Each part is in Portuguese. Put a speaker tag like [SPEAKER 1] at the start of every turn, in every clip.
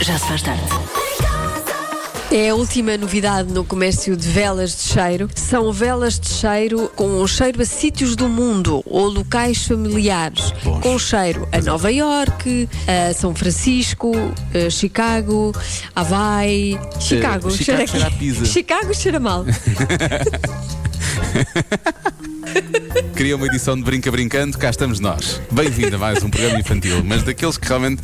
[SPEAKER 1] Já se faz tarde.
[SPEAKER 2] É a última novidade no comércio de velas de cheiro. São velas de cheiro com um cheiro a sítios do mundo ou locais familiares.
[SPEAKER 3] Bons.
[SPEAKER 2] Com cheiro a Nova York, a São Francisco, a Chicago, Hawaii.
[SPEAKER 4] Eh,
[SPEAKER 2] Chicago,
[SPEAKER 3] Chicago
[SPEAKER 2] aqui.
[SPEAKER 3] cheira a pizza.
[SPEAKER 2] Chicago cheira mal.
[SPEAKER 3] Cria uma edição de Brinca Brincando, cá estamos nós. Bem-vindo a mais um programa infantil, mas daqueles que realmente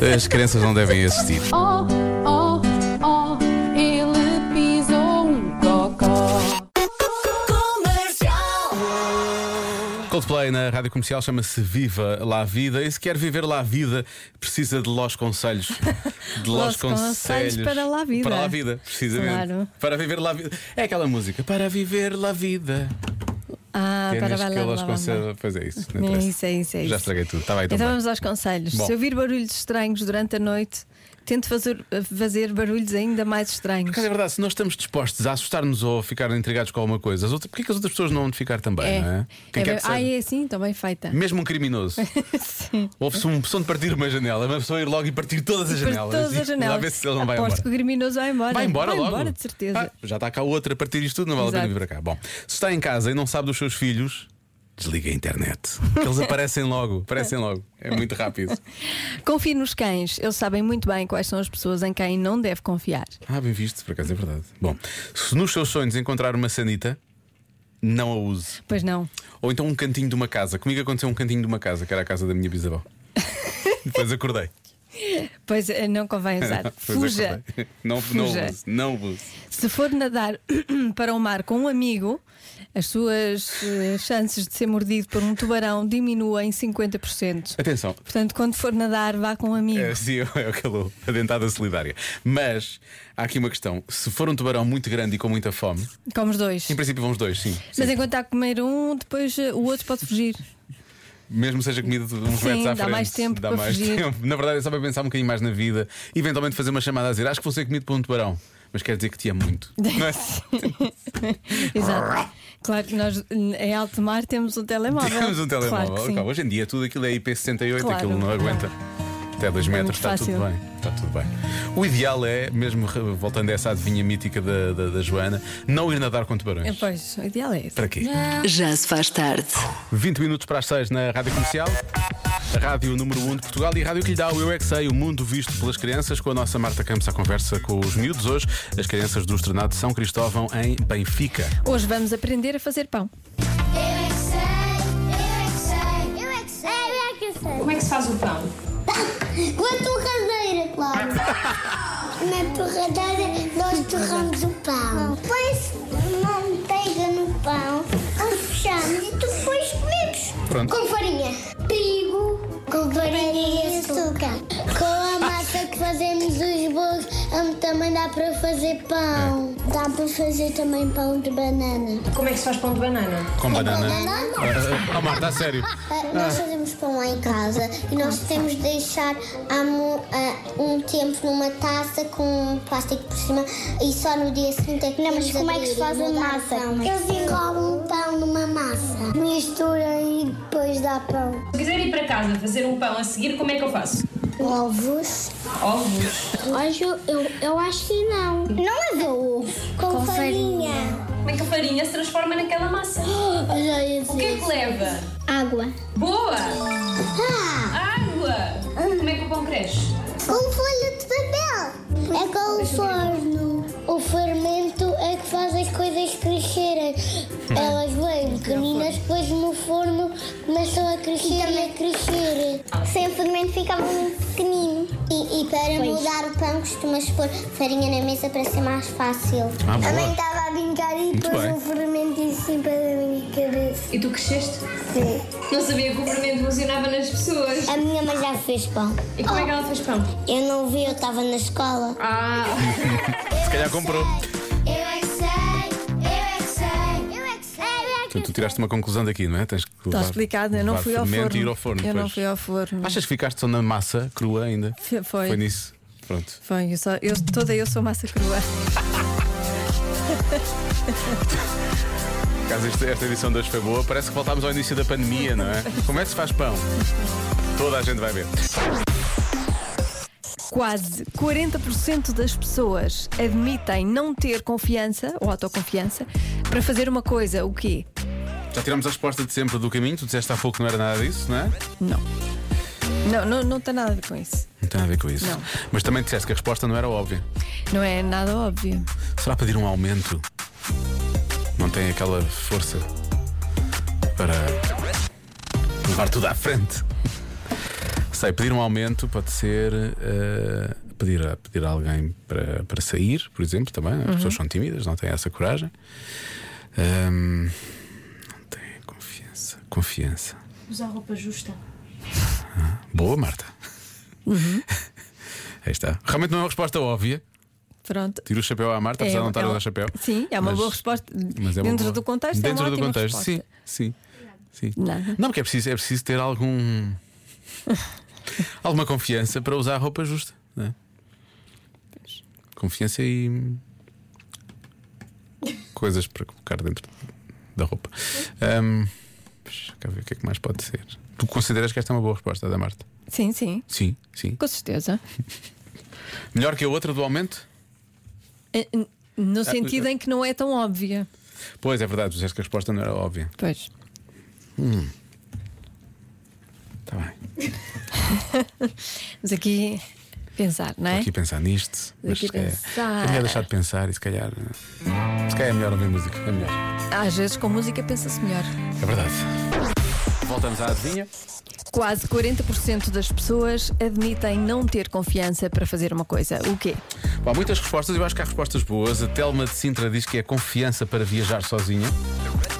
[SPEAKER 3] eh, as crianças não devem assistir.
[SPEAKER 5] Oh, oh, oh, ele pisou um cocó.
[SPEAKER 3] Coldplay na rádio comercial chama-se Viva lá a Vida e se quer viver lá a vida precisa de Los Conselhos. De
[SPEAKER 2] Los Conselhos para lá a vida.
[SPEAKER 3] Para lá a vida, precisamente.
[SPEAKER 2] Claro.
[SPEAKER 3] Para viver lá a vida. É aquela música, para viver lá a vida.
[SPEAKER 4] Ah,
[SPEAKER 3] Temos
[SPEAKER 4] para vai
[SPEAKER 3] que
[SPEAKER 4] lá,
[SPEAKER 3] Los
[SPEAKER 4] lá, lá,
[SPEAKER 3] Conselhos-
[SPEAKER 4] lá.
[SPEAKER 3] Pois é isso. não
[SPEAKER 4] É
[SPEAKER 3] interessa.
[SPEAKER 4] isso, é isso, é
[SPEAKER 3] Já
[SPEAKER 4] isso.
[SPEAKER 3] estraguei tudo. Estava aí tão
[SPEAKER 4] Então
[SPEAKER 3] bem.
[SPEAKER 4] vamos aos conselhos.
[SPEAKER 3] Bom.
[SPEAKER 4] Se ouvir barulhos estranhos durante a noite, tente fazer, fazer barulhos ainda mais estranhos.
[SPEAKER 3] Porque é verdade, se nós estamos dispostos a assustar-nos ou a ficar intrigados com alguma coisa, as outras, porque é que as outras pessoas não vão ficar também, não é? Quem
[SPEAKER 4] É
[SPEAKER 3] quer
[SPEAKER 4] bem-
[SPEAKER 3] que
[SPEAKER 4] ah,
[SPEAKER 3] seja.
[SPEAKER 4] é assim, então bem feita.
[SPEAKER 3] Mesmo um criminoso.
[SPEAKER 4] Sim.
[SPEAKER 3] Houve-se um som de partir uma janela, uma pessoa ir logo e partir todas as
[SPEAKER 4] Para
[SPEAKER 3] janelas.
[SPEAKER 4] todas as janelas.
[SPEAKER 3] A ver se ele não vai
[SPEAKER 4] Aposto
[SPEAKER 3] embora.
[SPEAKER 4] que o criminoso vai embora.
[SPEAKER 3] Vai embora
[SPEAKER 4] vai
[SPEAKER 3] logo.
[SPEAKER 4] embora, de certeza.
[SPEAKER 3] Ah, já está cá outra a partir isto tudo, não vale a pena vir
[SPEAKER 4] Exato.
[SPEAKER 3] para cá. Bom, se está em casa e não sabe dos seus filhos, desliga a internet. Que eles aparecem logo, aparecem logo. É muito rápido.
[SPEAKER 4] Confie nos cães. Eles sabem muito bem quais são as pessoas em quem não deve confiar.
[SPEAKER 3] Ah, bem visto, por acaso é verdade. Bom, se nos seus sonhos encontrar uma sanita, não a use.
[SPEAKER 4] Pois não.
[SPEAKER 3] Ou então um cantinho de uma casa. Comigo aconteceu um cantinho de uma casa, que era a casa da minha bisavó. Depois acordei.
[SPEAKER 4] Pois eh, não convém usar.
[SPEAKER 3] Depois
[SPEAKER 4] Fuja.
[SPEAKER 3] acordei. Não,
[SPEAKER 4] Fuja.
[SPEAKER 3] não use, não use.
[SPEAKER 4] Se for nadar para o mar com um amigo, as suas eh, chances de ser mordido por um tubarão diminuem 50%.
[SPEAKER 3] Atenção.
[SPEAKER 4] Portanto, quando for nadar, vá com um amigo.
[SPEAKER 3] É, sim, é o calor, a dentada solidária. Mas há aqui uma questão: se for um tubarão muito grande e com muita fome,
[SPEAKER 4] Como os dois.
[SPEAKER 3] em princípio vão os dois, sim.
[SPEAKER 4] Mas é- enquanto está a comer um, depois eh, o outro pode fugir.
[SPEAKER 3] Mesmo seja comida de uns
[SPEAKER 4] Sim,
[SPEAKER 3] metros à
[SPEAKER 4] dá
[SPEAKER 3] frente.
[SPEAKER 4] mais tempo
[SPEAKER 3] dá
[SPEAKER 4] para
[SPEAKER 3] mais
[SPEAKER 4] fugir.
[SPEAKER 3] tempo. Na verdade, é só para pensar um bocadinho mais na vida, eventualmente fazer uma chamada a dizer: Acho que vou ser comido por um tubarão. Mas quer dizer que te amo muito. Não é?
[SPEAKER 4] Exato. Claro que nós eh, em alto mar temos um telemóvel.
[SPEAKER 3] Temos um telemóvel.
[SPEAKER 4] Claro que sim.
[SPEAKER 3] Claro, hoje em dia tudo aquilo é IP68,
[SPEAKER 4] Claro.
[SPEAKER 3] aquilo não aguenta. Até 2 metros,
[SPEAKER 4] muito
[SPEAKER 3] está tudo
[SPEAKER 4] fácil.
[SPEAKER 3] bem. Está tudo bem. O ideal é, mesmo re- voltando a essa adivinha mítica da, da, da Joana, não ir nadar com
[SPEAKER 4] Eh,
[SPEAKER 3] tubarões.
[SPEAKER 4] Pois, o ideal é esse.
[SPEAKER 3] Para quê?
[SPEAKER 1] Já se faz tarde.
[SPEAKER 3] 20 minutos para as 6 na Rádio Comercial. A Rádio número 1 de Portugal e a rádio que lhe dá o Eu é Que Sei, o mundo visto pelas crianças, com a nossa Marta Campos à conversa com os miúdos hoje, as crianças do Estrenado de São Cristóvão em Benfica.
[SPEAKER 4] Hoje vamos aprender a fazer pão.
[SPEAKER 6] Eu é que sei, eu é que sei, eu é que sei, eu é que sei. Como é que se faz o pão? Na torradeira, claro. Na torradeira nós torramos o pão. Põe-se manteiga no pão, o fechamos e depois comemos.
[SPEAKER 3] Pronto.
[SPEAKER 6] Com farinha. Trigo. Com farinha e açúcar. Com a massa que fazemos os bolos, hum, também dá para fazer pão. Dá para fazer também pão de banana.
[SPEAKER 7] Como é que se faz pão de banana?
[SPEAKER 3] Com banana.
[SPEAKER 6] Banana?
[SPEAKER 3] Oh, Marta, a sério.
[SPEAKER 6] Ah, Nós fazemos pão lá em casa e nós temos de deixar há mu- há um tempo numa taça com um plástico por cima e só no dia seguinte é que Não, mas como é que se faz a massa? Eles enrolam o pão numa massa, misturam e depois dá pão.
[SPEAKER 7] Se eu quiser ir para casa fazer um pão a seguir, como é que eu faço?
[SPEAKER 6] Ovos?
[SPEAKER 7] Ovos.
[SPEAKER 6] Ovos eu, eu acho que não. Não é ovo. Com, farinha.
[SPEAKER 7] Como é que a farinha se transforma naquela massa? O que é que leva?
[SPEAKER 6] Água.
[SPEAKER 7] Boa!
[SPEAKER 6] Ah!
[SPEAKER 7] Água! Como é que o pão cresce?
[SPEAKER 6] Com folha de papel. É com o forno. O fermento é que faz as coisas crescerem.
[SPEAKER 7] Hum.
[SPEAKER 6] Elas vêm pequeninas, depois no forno começam a crescer e a crescer. Então, Sem o fermento ficava muito pequenino. E, e para mudar o pão costumas pôr farinha na mesa para ser mais fácil.
[SPEAKER 3] Ah, boa.
[SPEAKER 6] A mãe estava a brincar e pôs
[SPEAKER 3] bem.
[SPEAKER 6] o fermento em cima da minha cabeça.
[SPEAKER 7] E tu cresceste? Não sabia que o fermento funcionava nas pessoas.
[SPEAKER 6] A minha mãe já fez pão.
[SPEAKER 7] E como é que ela fez pão?
[SPEAKER 6] Eu não vi, eu estava na escola.
[SPEAKER 7] Ah,
[SPEAKER 3] Se calhar comprou.
[SPEAKER 6] Eu é que sei, eu é que sei, eu é que sei, eu é que
[SPEAKER 3] Portanto, Então, tu tiraste uma conclusão daqui, não é? Tens que
[SPEAKER 4] Está
[SPEAKER 3] levar-
[SPEAKER 4] explicado, eu não
[SPEAKER 3] levar
[SPEAKER 4] fui ao
[SPEAKER 3] fermento
[SPEAKER 4] forno.
[SPEAKER 3] e ir ao forno.
[SPEAKER 4] eu não
[SPEAKER 3] pois.
[SPEAKER 4] fui ao forno.
[SPEAKER 3] Achas que ficaste só na massa crua ainda?
[SPEAKER 4] Fe- foi.
[SPEAKER 3] Foi nisso. Pronto.
[SPEAKER 4] Foi, eu só, eu, toda eu sou massa crua.
[SPEAKER 3] Caso esta, esta edição de hoje foi boa, parece que voltámos ao início da pandemia, não é? Como é que se faz pão? Toda a gente vai ver.
[SPEAKER 4] Quase 40% das pessoas admitem não ter confiança ou autoconfiança para fazer uma coisa, o quê?
[SPEAKER 3] Já tiramos a resposta de sempre do caminho. Tu disseste há pouco que não era nada disso, não é?
[SPEAKER 4] Não. Não, não, não tem nada a ver com isso.
[SPEAKER 3] Não tem nada a ver com isso.
[SPEAKER 4] Não.
[SPEAKER 3] Mas também disseste que a resposta não era óbvia.
[SPEAKER 4] Não é nada óbvio.
[SPEAKER 3] Será pedir um aumento? Não tem aquela força para levar tudo à frente. Sei, pedir um aumento pode ser eh, pedir, a, pedir a alguém para, para sair, por exemplo, também. As pessoas são tímidas, não têm essa coragem. Ahm, não têm confiança. Confiança. Ah,
[SPEAKER 7] Usar roupa justa.
[SPEAKER 3] Boa, Marta. Aí está. Realmente não é uma resposta óbvia.
[SPEAKER 4] Pronto.
[SPEAKER 3] Tiro o chapéu à Marta, apesar de não estar a
[SPEAKER 4] É uma-
[SPEAKER 3] usar chapéu.
[SPEAKER 4] Sim, é uma
[SPEAKER 3] Mas-
[SPEAKER 4] boa resposta.
[SPEAKER 3] Mas é uma
[SPEAKER 4] Dentro
[SPEAKER 3] boa-
[SPEAKER 4] do contexto, é
[SPEAKER 3] Dentro
[SPEAKER 4] uma
[SPEAKER 3] do
[SPEAKER 4] ótima
[SPEAKER 3] contexto,
[SPEAKER 4] resposta.
[SPEAKER 3] sim, sim. sim.
[SPEAKER 4] Nada.
[SPEAKER 3] Não, porque é preciso, é preciso ter algum. alguma confiança para usar a roupa justa. Não é? Confiança e. coisas para colocar dentro da roupa. Ahm, deixa cá ver o que é que mais pode ser. Tu consideras que esta é uma boa resposta da Marta?
[SPEAKER 4] Sim, sim.
[SPEAKER 3] Sim, sim.
[SPEAKER 4] Com certeza.
[SPEAKER 3] Melhor que a outra do aumento?
[SPEAKER 4] Eh, n- No sentido em que não é tão óbvia.
[SPEAKER 3] Pois é verdade, disseste que a resposta não era óbvia.
[SPEAKER 4] Pois.
[SPEAKER 3] Está Tá bem.
[SPEAKER 4] Mas aqui pensar, não é?
[SPEAKER 3] Aqui a pensar nisto. Mas
[SPEAKER 4] Aqui
[SPEAKER 3] se calhar,
[SPEAKER 4] pensar.
[SPEAKER 3] é melhor deixar de pensar e se calhar. eh, Se calhar é melhor ouvir música. É melhor.
[SPEAKER 4] Às vezes com música pensa-se melhor.
[SPEAKER 3] É verdade. Voltamos à adivinha.
[SPEAKER 4] Quase 40% das pessoas admitem não ter confiança para fazer uma coisa. O quê?
[SPEAKER 3] Há muitas respostas, eu acho que há respostas boas. A Telma de Sintra diz que é confiança para viajar sozinha.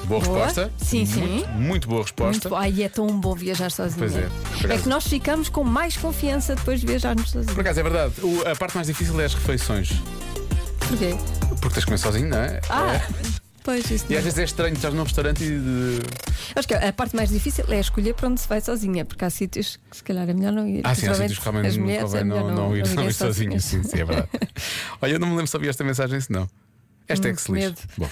[SPEAKER 3] Boa,
[SPEAKER 4] Boa.
[SPEAKER 3] resposta.
[SPEAKER 4] Sim, sim.
[SPEAKER 3] Muito, muito boa
[SPEAKER 4] Muito
[SPEAKER 3] resposta.
[SPEAKER 4] bom. Ai, é tão bom viajar sozinho.
[SPEAKER 3] Pois é, por acaso.
[SPEAKER 4] É que nós ficamos com mais confiança depois de viajarmos
[SPEAKER 3] Por
[SPEAKER 4] sozinhos.
[SPEAKER 3] acaso é verdade. O- a parte mais difícil é as refeições.
[SPEAKER 4] Porquê?
[SPEAKER 3] Porque tens de comer sozinho, não é?
[SPEAKER 4] Ah, pois isso.
[SPEAKER 3] E às vezes é estranho estar num restaurante e. De...
[SPEAKER 4] Acho que a parte mais difícil é escolher para onde se vai sozinha, porque há sítios que se calhar é melhor não ir.
[SPEAKER 3] Ah, sim, há sítios que
[SPEAKER 4] Principalmente
[SPEAKER 3] realmente
[SPEAKER 4] as
[SPEAKER 3] não
[SPEAKER 4] mulheres
[SPEAKER 3] convém
[SPEAKER 4] é
[SPEAKER 3] não,
[SPEAKER 4] melhor
[SPEAKER 3] não ir, não
[SPEAKER 4] irem
[SPEAKER 3] ir sozinho.
[SPEAKER 4] sozinhas.
[SPEAKER 3] Sim, sim, é verdade. Olha, eu não me lembro se havia esta mensagem, se não. Esta é que se
[SPEAKER 4] Hum,
[SPEAKER 3] lixe.
[SPEAKER 4] medo.
[SPEAKER 3] Bom,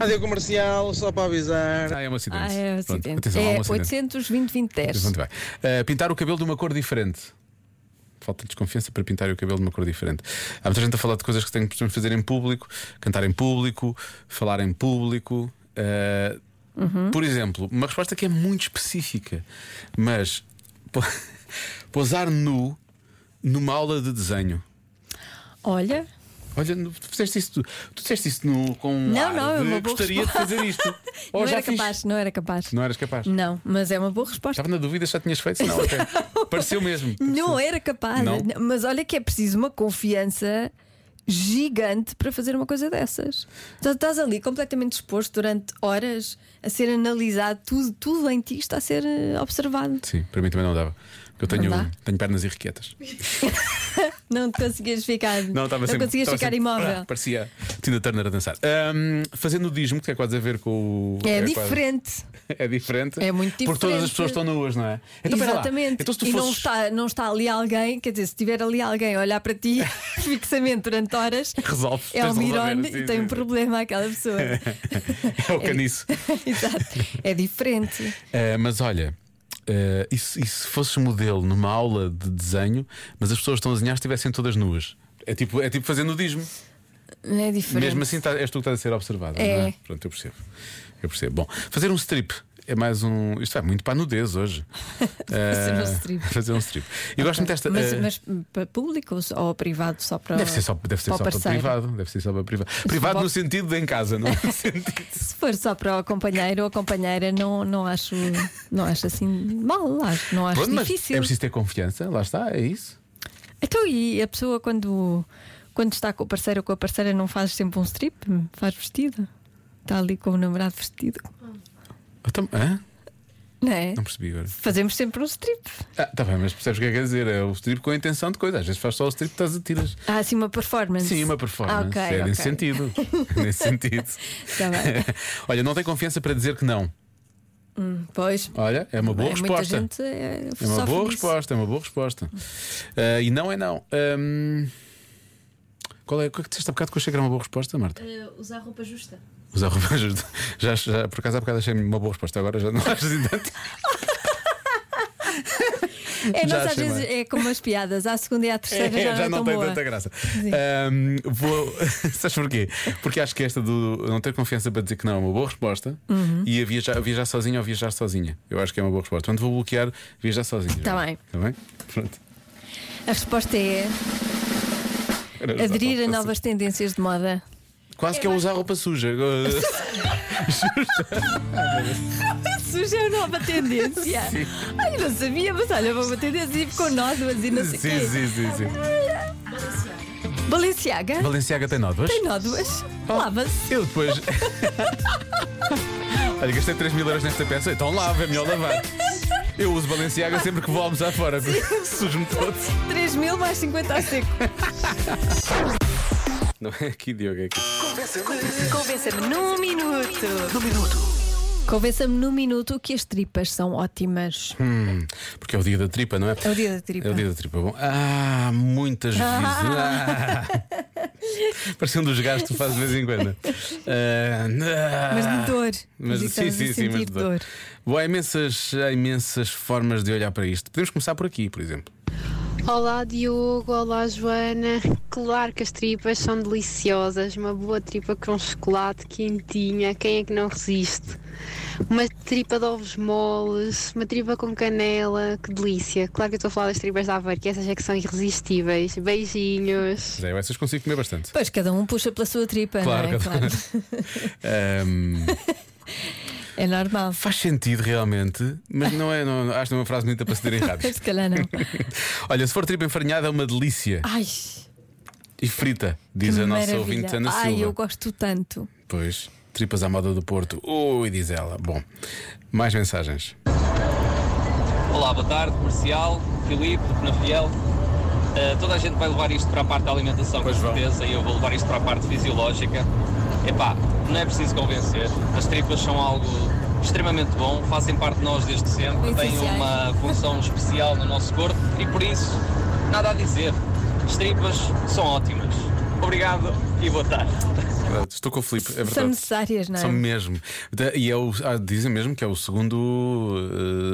[SPEAKER 8] Rádio Comercial, só para avisar.
[SPEAKER 3] ah, é um acidente.
[SPEAKER 4] Ah, é um
[SPEAKER 3] Pronto,
[SPEAKER 4] acidente.
[SPEAKER 3] atenção, há
[SPEAKER 4] é
[SPEAKER 3] um acidente.
[SPEAKER 4] 820 20
[SPEAKER 3] Mas
[SPEAKER 4] 10.
[SPEAKER 3] onde vai? Ah, pintar o cabelo de uma cor diferente. Falta de desconfiança para pintar o cabelo de uma cor diferente. Há muita gente a falar de coisas que temos que fazer em público, cantar em público, falar em público. Ah,
[SPEAKER 4] Uhum.
[SPEAKER 3] Por exemplo, uma resposta que é muito específica, mas po- pousar nu numa aula de desenho.
[SPEAKER 4] Olha,
[SPEAKER 3] Olha, no- tu fizeste isso, tu, tu disseste isso no, com um
[SPEAKER 4] Não,
[SPEAKER 3] ar
[SPEAKER 4] não, é
[SPEAKER 3] de,
[SPEAKER 4] uma boa
[SPEAKER 3] gostaria de fazer isto. Ou
[SPEAKER 4] não
[SPEAKER 3] Oh, já
[SPEAKER 4] era
[SPEAKER 3] fiz.
[SPEAKER 4] capaz, não era capaz.
[SPEAKER 3] Não eras capaz.
[SPEAKER 4] Não, mas é uma boa resposta.
[SPEAKER 3] Estava na dúvida se já tinhas feito, não, ok. Pareceu mesmo.
[SPEAKER 4] Não era capaz.
[SPEAKER 3] Não?
[SPEAKER 4] Mas olha que é preciso uma confiança gigante para fazer uma coisa dessas. Tu estás ali completamente exposto durante horas a ser analisado, tudo, tudo em ti está a ser eh, observado.
[SPEAKER 3] Sim, para mim também não dava. Porque eu tenho,
[SPEAKER 4] Não dá?
[SPEAKER 3] tenho pernas irrequietas.
[SPEAKER 4] Não te conseguias ficar,
[SPEAKER 3] Não, estava sempre.
[SPEAKER 4] conseguias
[SPEAKER 3] estava
[SPEAKER 4] ficar
[SPEAKER 3] sempre-
[SPEAKER 4] imóvel.
[SPEAKER 3] Ah, parecia Tina Turner a dançar. Ahm, fazendo nudismo, que tem quase a ver com o.
[SPEAKER 4] É
[SPEAKER 3] quase-
[SPEAKER 4] diferente.
[SPEAKER 3] É diferente.
[SPEAKER 4] É muito
[SPEAKER 3] Porque todas as
[SPEAKER 4] diferente.
[SPEAKER 3] pessoas estão nuas, não é? espera lá.
[SPEAKER 4] Exatamente.
[SPEAKER 3] Então se tu
[SPEAKER 4] e não
[SPEAKER 3] fosses-
[SPEAKER 4] está, não está ali alguém, quer dizer, se tiver ali alguém a olhar para ti fixamente durante horas,
[SPEAKER 3] Resolve,
[SPEAKER 4] é
[SPEAKER 3] tens
[SPEAKER 4] o
[SPEAKER 3] de resolver,
[SPEAKER 4] mirone
[SPEAKER 3] sim,
[SPEAKER 4] e tem
[SPEAKER 3] sim,
[SPEAKER 4] um
[SPEAKER 3] sim.
[SPEAKER 4] problema aquela pessoa.
[SPEAKER 3] É o caniço.
[SPEAKER 4] Exato. É diferente.
[SPEAKER 3] Ah, mas olha. ah, e, se, e se fosses modelo numa aula de desenho, mas as pessoas que estão a desenhar estivessem todas nuas? É tipo, é tipo fazer nudismo.
[SPEAKER 4] É diferente.
[SPEAKER 3] Mesmo assim, tá, és tu que estás a ser observado.
[SPEAKER 4] É.
[SPEAKER 3] Não é? Pronto, eu percebo. Eu percebo. Bom, fazer um strip é mais um. Isto vai muito para a nudez hoje.
[SPEAKER 4] Fazer um
[SPEAKER 3] Eh,
[SPEAKER 4] strip.
[SPEAKER 3] Fazer um strip. Eu gosto muito desta.
[SPEAKER 4] Mas,
[SPEAKER 3] eh,
[SPEAKER 4] mas para público ou só- ou privado só para
[SPEAKER 3] Deve ser só, deve ser
[SPEAKER 4] para o
[SPEAKER 3] só para
[SPEAKER 4] parceiro?
[SPEAKER 3] privado. Deve ser só para privado. Privado no sentido de em casa, não é? no sentido.
[SPEAKER 4] Se for só para o companheiro ou a companheira, não, não, acho, não acho assim mal, acho, não acho
[SPEAKER 3] Pronto, mas
[SPEAKER 4] difícil.
[SPEAKER 3] é preciso ter confiança, lá está, é isso.
[SPEAKER 4] Então, e a pessoa quando, quando está com o parceiro ou com a parceira não faz sempre um strip? Faz vestido? Está ali com o namorado vestido?
[SPEAKER 3] Então, hã?
[SPEAKER 4] Não é?
[SPEAKER 3] Não percebi agora.
[SPEAKER 4] Fazemos sempre um strip.
[SPEAKER 3] Ah, tá bem, mas percebes o que é que quer dizer? É o strip com a intenção de coisa. Às vezes faz só o strip que estás a tiras.
[SPEAKER 4] Há assim uma performance.
[SPEAKER 3] Sim, uma performance.
[SPEAKER 4] Ah, ok,
[SPEAKER 3] é nesse
[SPEAKER 4] ok.
[SPEAKER 3] sentido. nesse sentido.
[SPEAKER 4] Tá bem.
[SPEAKER 3] Olha, não tem confiança para dizer que não.
[SPEAKER 4] Pois.
[SPEAKER 3] Olha, é uma boa
[SPEAKER 4] é, Muita
[SPEAKER 3] resposta.
[SPEAKER 4] gente é,
[SPEAKER 3] É uma
[SPEAKER 4] sofre
[SPEAKER 3] boa
[SPEAKER 4] disso.
[SPEAKER 3] resposta, é uma boa resposta. Ah, e não é não. Ahm, qual é? Qual é que disseste há bocado que eu achei que era uma boa resposta, Marta?
[SPEAKER 7] Eh, usar roupa justa.
[SPEAKER 3] Usar roupa justa. Já, já, por acaso há bocado achei uma boa resposta, agora já não acho assim tanto.
[SPEAKER 4] É,
[SPEAKER 3] Já
[SPEAKER 4] nós às
[SPEAKER 3] achei
[SPEAKER 4] vezes
[SPEAKER 3] mais.
[SPEAKER 4] é como as piadas, à segunda e à terceira
[SPEAKER 3] É,
[SPEAKER 4] já, não é tão
[SPEAKER 3] tem
[SPEAKER 4] boa.
[SPEAKER 3] tanta graça. Ahm, vou... Sabes porquê? Porque acho que esta do não ter confiança para dizer que não é uma boa resposta
[SPEAKER 4] Uhum.
[SPEAKER 3] e a viajar, viajar sozinho ou viajar sozinha. Eu acho que é uma boa resposta. Portanto, vou bloquear viajar sozinho.
[SPEAKER 4] Tá bem.
[SPEAKER 3] Está bem? Pronto.
[SPEAKER 4] A resposta é
[SPEAKER 3] Era usar
[SPEAKER 4] aderir a
[SPEAKER 3] roupa
[SPEAKER 4] novas tendências de moda.
[SPEAKER 3] suja. Quase que é usar roupa suja.
[SPEAKER 4] Surgiu a nova tendência.
[SPEAKER 3] Sim.
[SPEAKER 4] Ai, não sabia, mas olha, uma tendência e ficou nós, mas e não sei
[SPEAKER 3] sim,
[SPEAKER 4] quê.
[SPEAKER 3] sim, sim, sim.
[SPEAKER 4] Balenciaga?
[SPEAKER 3] Valenciaga tem novas?
[SPEAKER 4] Tem nódoas.
[SPEAKER 3] Oh.
[SPEAKER 4] Lava-se.
[SPEAKER 3] Eu depois. Olha, gastei 3 mil euros nesta peça, então lava, é melhor lavar. Eu uso Balenciaga sempre que vou almoçar fora, porque sujo-me todo.
[SPEAKER 4] 3 mil mais 50 a seco.
[SPEAKER 3] Não é aqui, Diogo, é aqui.
[SPEAKER 2] Convença-me num minuto.
[SPEAKER 4] Convença-me num minuto que as tripas são ótimas.
[SPEAKER 3] Hum, porque é o dia da tripa, não é?
[SPEAKER 4] É o dia da tripa.
[SPEAKER 3] É o dia da tripa. Bom, ah, muitas vezes. Ah. Parecia um dos gajos que tu fazes de vez em quando. Ah,
[SPEAKER 4] Mas
[SPEAKER 3] ah.
[SPEAKER 4] de dor.
[SPEAKER 3] Mas,
[SPEAKER 4] Diz que
[SPEAKER 3] sim,
[SPEAKER 4] estás a
[SPEAKER 3] sim, sim,
[SPEAKER 4] sentir
[SPEAKER 3] mas de dor. Bom, há imensas, há imensas formas de olhar para isto. Podemos começar por aqui, por exemplo.
[SPEAKER 9] Olá Diogo, olá Joana. Claro que as tripas são deliciosas. Uma boa tripa com chocolate quentinha, quem é que não resiste? Uma tripa de ovos moles, uma tripa com canela, que delícia. Claro que eu estou a falar das tripas da Aveiro, que essas é que são irresistíveis. Beijinhos.
[SPEAKER 3] Mas é, essas consigo comer bastante.
[SPEAKER 4] Pois, cada um puxa pela sua tripa,
[SPEAKER 3] Claro,
[SPEAKER 4] não é?
[SPEAKER 3] cada- um.
[SPEAKER 4] Claro.
[SPEAKER 3] Ahm,
[SPEAKER 4] É normal.
[SPEAKER 3] faz sentido realmente, mas não é, não, acho que não é uma frase bonita para se ter em rádio.
[SPEAKER 4] Se calhar não.
[SPEAKER 3] Olha, se for tripa enfarinhada é uma delícia.
[SPEAKER 4] Ai,
[SPEAKER 3] E frita,
[SPEAKER 4] que
[SPEAKER 3] diz a nossa
[SPEAKER 4] maravilha.
[SPEAKER 3] ouvinte Ana
[SPEAKER 4] Ai,
[SPEAKER 3] Silva.
[SPEAKER 4] eu gosto tanto.
[SPEAKER 3] Pois, tripas à moda do Porto. Ui, diz ela. Bom, mais mensagens.
[SPEAKER 10] Olá, boa tarde, comercial, Filipe, do Penafiel. Eh, toda a gente vai levar isto para a parte da alimentação,
[SPEAKER 3] Pois
[SPEAKER 10] com
[SPEAKER 3] vão.
[SPEAKER 10] certeza, e eu vou levar isto para a parte fisiológica. Epá, não é preciso convencer. As tripas são algo extremamente bom, fazem parte de nós desde sempre,
[SPEAKER 4] Muito
[SPEAKER 10] têm
[SPEAKER 4] essenciais.
[SPEAKER 10] uma função especial no nosso corpo e por isso, nada a dizer. As tripas são ótimas. Obrigado e boa tarde.
[SPEAKER 3] Verdade, Estou com o Filipe, é verdade.
[SPEAKER 4] São necessárias, não é?
[SPEAKER 3] São mesmo. Da- E é o- ah, dizem mesmo que é o segundo,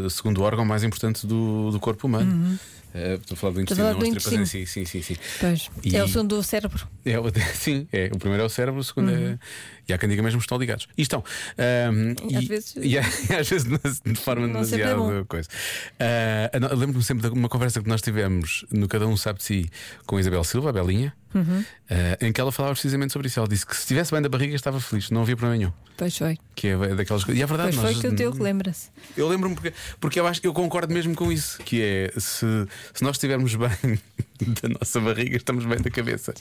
[SPEAKER 3] eh, segundo órgão mais importante do, do corpo humano. Eh, estou a falar do intestino,
[SPEAKER 4] Uhum. falar
[SPEAKER 3] não
[SPEAKER 4] do
[SPEAKER 3] as tripas em
[SPEAKER 4] intestino.
[SPEAKER 3] si. Sim, sim, sim.
[SPEAKER 4] Pois.
[SPEAKER 3] E-
[SPEAKER 4] É o som do cérebro.
[SPEAKER 3] É, o- sim, é. O primeiro é o cérebro, o segundo é. E há quem diga mesmo que estão ligados. E estão. Ahm,
[SPEAKER 4] Uhum. E às
[SPEAKER 3] e-
[SPEAKER 4] vezes-
[SPEAKER 3] e há- às vezes de- de forma
[SPEAKER 4] Não sempre é
[SPEAKER 3] demasiado
[SPEAKER 4] bom.
[SPEAKER 3] coisa. Ah, eu Lembro-me sempre de uma conversa que nós tivemos no Cada Um Sabe de Si com a Isabel Silva, a Belinha,
[SPEAKER 4] Uhum.
[SPEAKER 3] ah, em que ela falava precisamente sobre isso. Ela disse que se estivesse bem da barriga estava feliz, não havia problema nenhum.
[SPEAKER 4] Pois foi.
[SPEAKER 3] Que é daquelas coisas. E é verdade,
[SPEAKER 4] Pois
[SPEAKER 3] nós-
[SPEAKER 4] foi que o Diogo lembra-se.
[SPEAKER 3] eu lembro-me porque, porque eu acho que eu concordo mesmo com isso, que é se, se nós estivermos bem da nossa barriga, estamos bem da cabeça.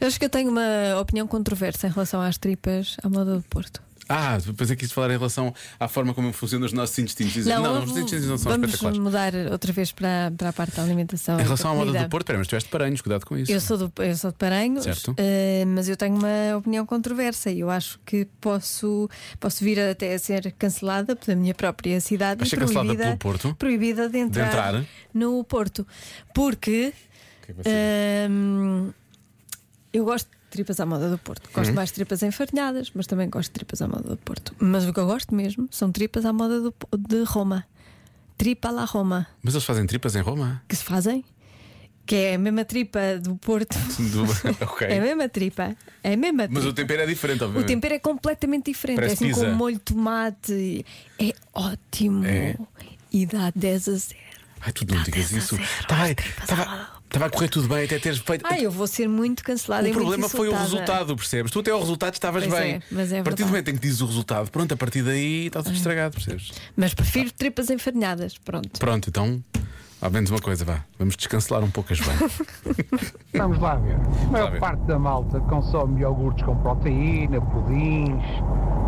[SPEAKER 4] Eu acho que eu tenho uma opinião controversa em relação às tripas à moda do Porto.
[SPEAKER 3] Ah, depois é que isto falar em relação à forma como funcionam os nossos intestinos. Dizem, não, os intestinos não são
[SPEAKER 4] vamos
[SPEAKER 3] espetaculares.
[SPEAKER 4] mudar outra vez para, para a parte da alimentação.
[SPEAKER 3] Em relação à moda
[SPEAKER 4] comida.
[SPEAKER 3] do Porto, peraí, mas tu és de Paranhos, cuidado com isso.
[SPEAKER 4] Eu sou, do, eu sou de Paranhos,
[SPEAKER 3] Certo.
[SPEAKER 4] eh, mas eu tenho uma opinião controversa e eu acho que posso, posso vir até a ser cancelada pela minha própria cidade
[SPEAKER 3] Vais
[SPEAKER 4] e
[SPEAKER 3] ser cancelada
[SPEAKER 4] proibida,
[SPEAKER 3] pelo Porto?
[SPEAKER 4] proibida de entrar,
[SPEAKER 3] entrar?
[SPEAKER 4] no Porto. Porque
[SPEAKER 3] que é que vai ser?
[SPEAKER 4] ehm, eu gosto de tripas à moda do Porto.
[SPEAKER 3] Uhum.
[SPEAKER 4] Gosto mais de tripas enfarinhadas, mas também gosto de tripas à moda do Porto. Mas o que eu gosto mesmo são tripas à moda do- de Roma. Tripa la Roma,
[SPEAKER 3] Mas eles fazem tripas em Roma?
[SPEAKER 4] que se fazem, que é a mesma tripa do Porto.
[SPEAKER 3] Do- ok.
[SPEAKER 4] É a mesma tripa. É a mesma
[SPEAKER 3] Mas o
[SPEAKER 4] tripa.
[SPEAKER 3] tempero é diferente,
[SPEAKER 4] O
[SPEAKER 3] obviamente.
[SPEAKER 4] tempero é completamente diferente.
[SPEAKER 3] Parece
[SPEAKER 4] é assim
[SPEAKER 3] pizza.
[SPEAKER 4] com molho de tomate. É ótimo.
[SPEAKER 3] É.
[SPEAKER 4] E dá 10 a 0.
[SPEAKER 3] Ai, tu não digas isso. Tá Estava estava a correr tudo bem até teres feito.
[SPEAKER 4] Ai, eu vou ser muito cancelada.
[SPEAKER 3] O
[SPEAKER 4] e muito
[SPEAKER 3] problema foi o
[SPEAKER 4] insultada.
[SPEAKER 3] resultado, percebes? Tu até ao resultado estavas
[SPEAKER 4] Pois
[SPEAKER 3] bem.
[SPEAKER 4] é, mas é
[SPEAKER 3] a
[SPEAKER 4] verdade.
[SPEAKER 3] partir do
[SPEAKER 4] É.
[SPEAKER 3] momento em que dizes o resultado, pronto, a partir daí está tudo estragado, percebes?
[SPEAKER 4] Mas prefiro tripas enfarinhadas. Pronto.
[SPEAKER 3] Pronto, então há menos uma coisa, vá. Vamos descancelar um pouco as vans.
[SPEAKER 11] Vamos lá ver. A
[SPEAKER 3] lá ver.
[SPEAKER 11] maior parte da malta consome iogurtes com proteína, pudins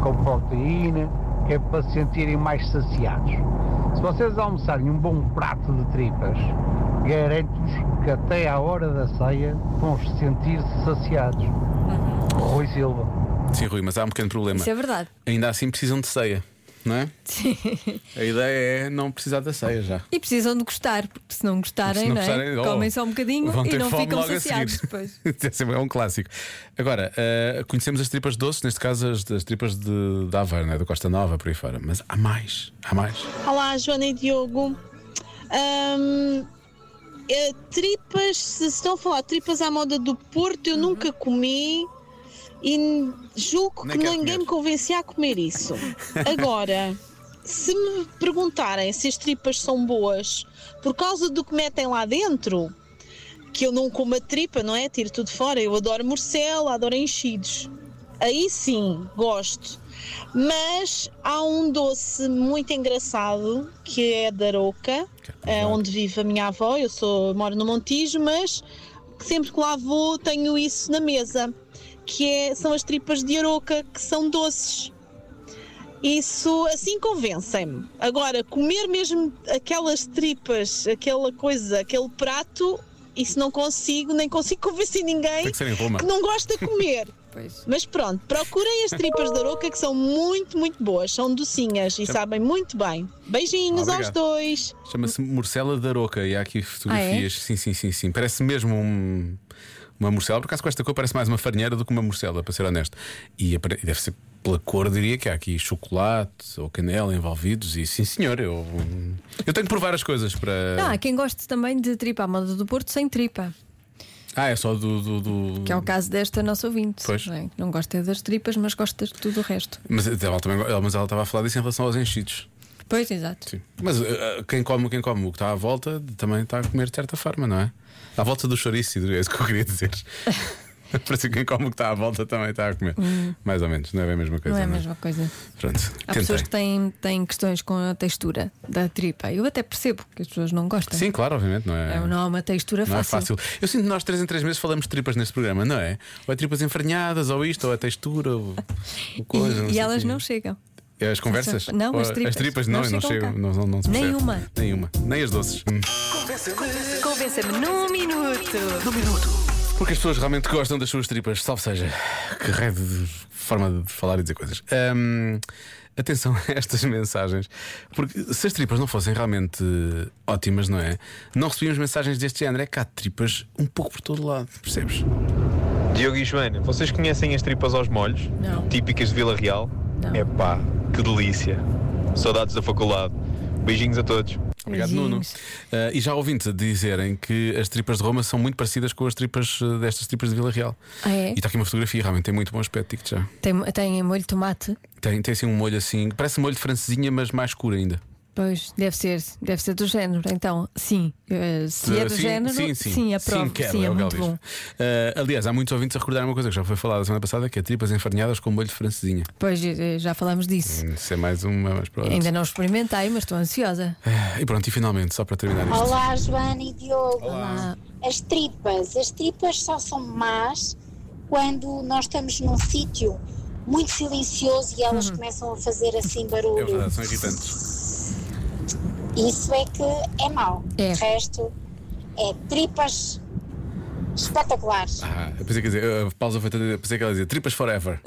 [SPEAKER 11] com proteína, que é para se sentirem mais saciados. Se vocês almoçarem um bom prato de tripas, garanto-vos que até à hora da ceia vão sentir -se saciados. Rui Silva.
[SPEAKER 3] Sim, Rui, mas há um pequeno problema.
[SPEAKER 4] Isso é verdade.
[SPEAKER 3] Ainda assim precisam de ceia, não é? Sim. A ideia é não precisar da ceia já.
[SPEAKER 4] E precisam de gostar, porque se não gostarem,
[SPEAKER 3] Se não
[SPEAKER 4] não é?
[SPEAKER 3] gostarem, oh,
[SPEAKER 4] comem só um bocadinho
[SPEAKER 3] vão
[SPEAKER 4] e
[SPEAKER 3] ter
[SPEAKER 4] não
[SPEAKER 3] fome
[SPEAKER 4] ficam
[SPEAKER 3] logo a
[SPEAKER 4] saciados
[SPEAKER 3] seguir.
[SPEAKER 4] depois.
[SPEAKER 3] Esse é um clássico. Agora, eh, conhecemos as tripas doces, neste caso as, as tripas de, de Aveiro, não é? do Costa Nova, por aí fora. Mas há mais, há mais.
[SPEAKER 9] Olá Joana e Diogo.
[SPEAKER 12] Hum, eh, tripas, se estão a falar tripas à moda do Porto,
[SPEAKER 13] Uhum.
[SPEAKER 12] eu nunca comi e n- julgo
[SPEAKER 13] Nem
[SPEAKER 12] que
[SPEAKER 13] quero
[SPEAKER 12] ninguém me convencia a comer isso. Agora, se me perguntarem se as tripas são boas por causa do que metem lá dentro, que eu não como a tripa, não é? Tiro tudo fora. Eu adoro morcela, adoro enchidos. Aí sim, gosto. Mas há um doce muito engraçado que é da Roca, eh,
[SPEAKER 3] Uhum.
[SPEAKER 12] onde vive a minha avó. Eu sou, moro no Montijo, mas sempre que lá vou tenho isso na mesa, que é- são as tripas de Aroca, que são doces. Isso assim convencem-me. Agora, comer mesmo aquelas tripas, aquela coisa, aquele prato, isso não consigo, nem consigo convencer ninguém
[SPEAKER 3] Tem que ser em Roma.
[SPEAKER 12] que não gosta de comer. Mas pronto, procurem as tripas da Aroca que são muito, muito boas, são docinhas e
[SPEAKER 3] Sim.
[SPEAKER 12] sabem muito bem. Beijinhos aos
[SPEAKER 3] Obrigado.
[SPEAKER 12] dois.
[SPEAKER 3] Chama-se Morcela da Roca e há
[SPEAKER 4] Ah, é?
[SPEAKER 3] aqui fotografias. Sim, sim, sim, sim. Parece mesmo um- uma morcela. Por acaso, com esta cor, parece mais uma farinheira do que uma morcela, para ser honesto. E apare- deve ser pela cor, diria que há aqui chocolate ou canela envolvidos. E sim, senhor, eu, eu tenho que provar as coisas para.
[SPEAKER 4] Não, há quem goste também de tripa à moda do Porto sem tripa,
[SPEAKER 3] Ah, é só do. do- do-
[SPEAKER 4] que é o caso desta nossa ouvinte.
[SPEAKER 3] Hum. Pois.
[SPEAKER 4] Não, é? Não gosta é das tripas, mas gosta de tudo o resto.
[SPEAKER 3] Mas ela, também, ela- mas ela estava a falar disso em relação aos enchidos.
[SPEAKER 4] Pois, exato.
[SPEAKER 3] Mas eh, eh, quem come, quem come, o que está à volta também está a comer de certa forma, não é? À volta do chouriço, é isso que eu queria dizer. Parece que quem come o que está à volta também está a comer.
[SPEAKER 4] Hum.
[SPEAKER 3] Mais ou menos, não é bem a mesma coisa.
[SPEAKER 4] não é a
[SPEAKER 3] não é?
[SPEAKER 4] mesma coisa.
[SPEAKER 3] Pronto,
[SPEAKER 4] Há
[SPEAKER 3] tentei.
[SPEAKER 4] pessoas que têm, têm questões com a textura da tripa. Eu até percebo que as pessoas não gostam.
[SPEAKER 3] Sim, claro, obviamente, não é?
[SPEAKER 4] É, não há uma textura
[SPEAKER 3] Não é
[SPEAKER 4] fácil.
[SPEAKER 3] fácil. Eu sinto que nós três em três meses falamos de tripas neste programa, não é? Ou é tripas enfarinhadas, ou isto, ou a textura, ou, ou coisa.
[SPEAKER 4] e
[SPEAKER 3] sei o
[SPEAKER 4] elas
[SPEAKER 3] quê.
[SPEAKER 4] não chegam.
[SPEAKER 3] É As conversas?
[SPEAKER 4] Não,
[SPEAKER 3] Ou
[SPEAKER 4] as tripas.
[SPEAKER 3] As tripas não,
[SPEAKER 4] Não
[SPEAKER 3] eu não
[SPEAKER 4] chegam cá.
[SPEAKER 3] chego. Não, não, não se percebe.
[SPEAKER 4] Nenhuma.
[SPEAKER 3] Nenhuma. Nem as doces. Hum.
[SPEAKER 2] Convença-me num minuto. Num minuto.
[SPEAKER 3] Porque as pessoas realmente gostam das suas tripas, salve seja. Que rede de forma de falar e dizer coisas. Hum, atenção a estas mensagens, porque se as tripas não fossem realmente eh, ótimas, não é? Não recebíamos mensagens deste género. É que há tripas um pouco por todo lado, percebes?
[SPEAKER 14] Diogo e Joana, vocês conhecem as tripas aos molhos? Típicas de Vila Real? É pá, que delícia. Saudades da faculdade. Beijinhos a todos.
[SPEAKER 3] Obrigado, Nuno. Eh, e já ouvinte dizerem que as tripas de Roma são muito parecidas com as tripas eh, destas tripas de Vila Real.
[SPEAKER 4] Ah, é?
[SPEAKER 3] E está aqui uma fotografia, realmente tem muito bom aspecto, digo já.
[SPEAKER 4] Tem, tem molho de tomate?
[SPEAKER 3] Tem, tem assim um molho assim, parece molho de francesinha, mas mais escuro ainda.
[SPEAKER 4] Pois, deve ser, deve ser do género. Então, sim, eh, se é do
[SPEAKER 3] sim,
[SPEAKER 4] género,
[SPEAKER 3] sim, sim.
[SPEAKER 4] aprovo.
[SPEAKER 3] Sim, quero,
[SPEAKER 4] é
[SPEAKER 3] o
[SPEAKER 4] muito
[SPEAKER 3] que ela diz.
[SPEAKER 4] bom.
[SPEAKER 3] Eh, aliás, há muitos ouvintes a recordar uma coisa que já foi falada semana passada, que é tripas enfarinhadas com molho de francesinha.
[SPEAKER 4] Pois, eh, já falámos disso.
[SPEAKER 3] Hum, Isso é mais uma, mais para
[SPEAKER 4] Ainda não experimentei, mas estou ansiosa.
[SPEAKER 3] Uh, E pronto, e finalmente, só para terminar isto.
[SPEAKER 15] Olá, Joana e Diogo. As tripas, as tripas só são más quando nós estamos num sítio muito silencioso e elas começam a fazer assim
[SPEAKER 3] É
[SPEAKER 15] barulho.
[SPEAKER 3] verdade, são irritantes.
[SPEAKER 15] Isso é que é mau. O resto é tripas espetaculares.
[SPEAKER 3] Ah, eu pensei que dizer, a pausa foi toda- pensei que ela dizia tripas forever.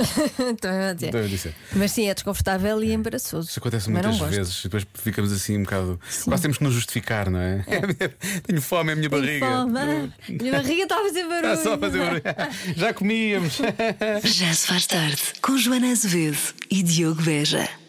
[SPEAKER 4] Também vou dizer.
[SPEAKER 3] Então eu disse.
[SPEAKER 4] Mas sim, é desconfortável e embaraçoso.
[SPEAKER 3] Isso acontece
[SPEAKER 4] Mas
[SPEAKER 3] muitas
[SPEAKER 4] não gosto.
[SPEAKER 3] vezes e depois ficamos assim um bocado. Quase temos que nos justificar, não é? Tenho fome, é a minha barriga.
[SPEAKER 4] Fome. Minha barriga está a fazer barulho.
[SPEAKER 3] Está só a fazer um- barulho. Já comíamos.
[SPEAKER 1] Já se faz tarde com Joana Azevedo e Diogo Beja.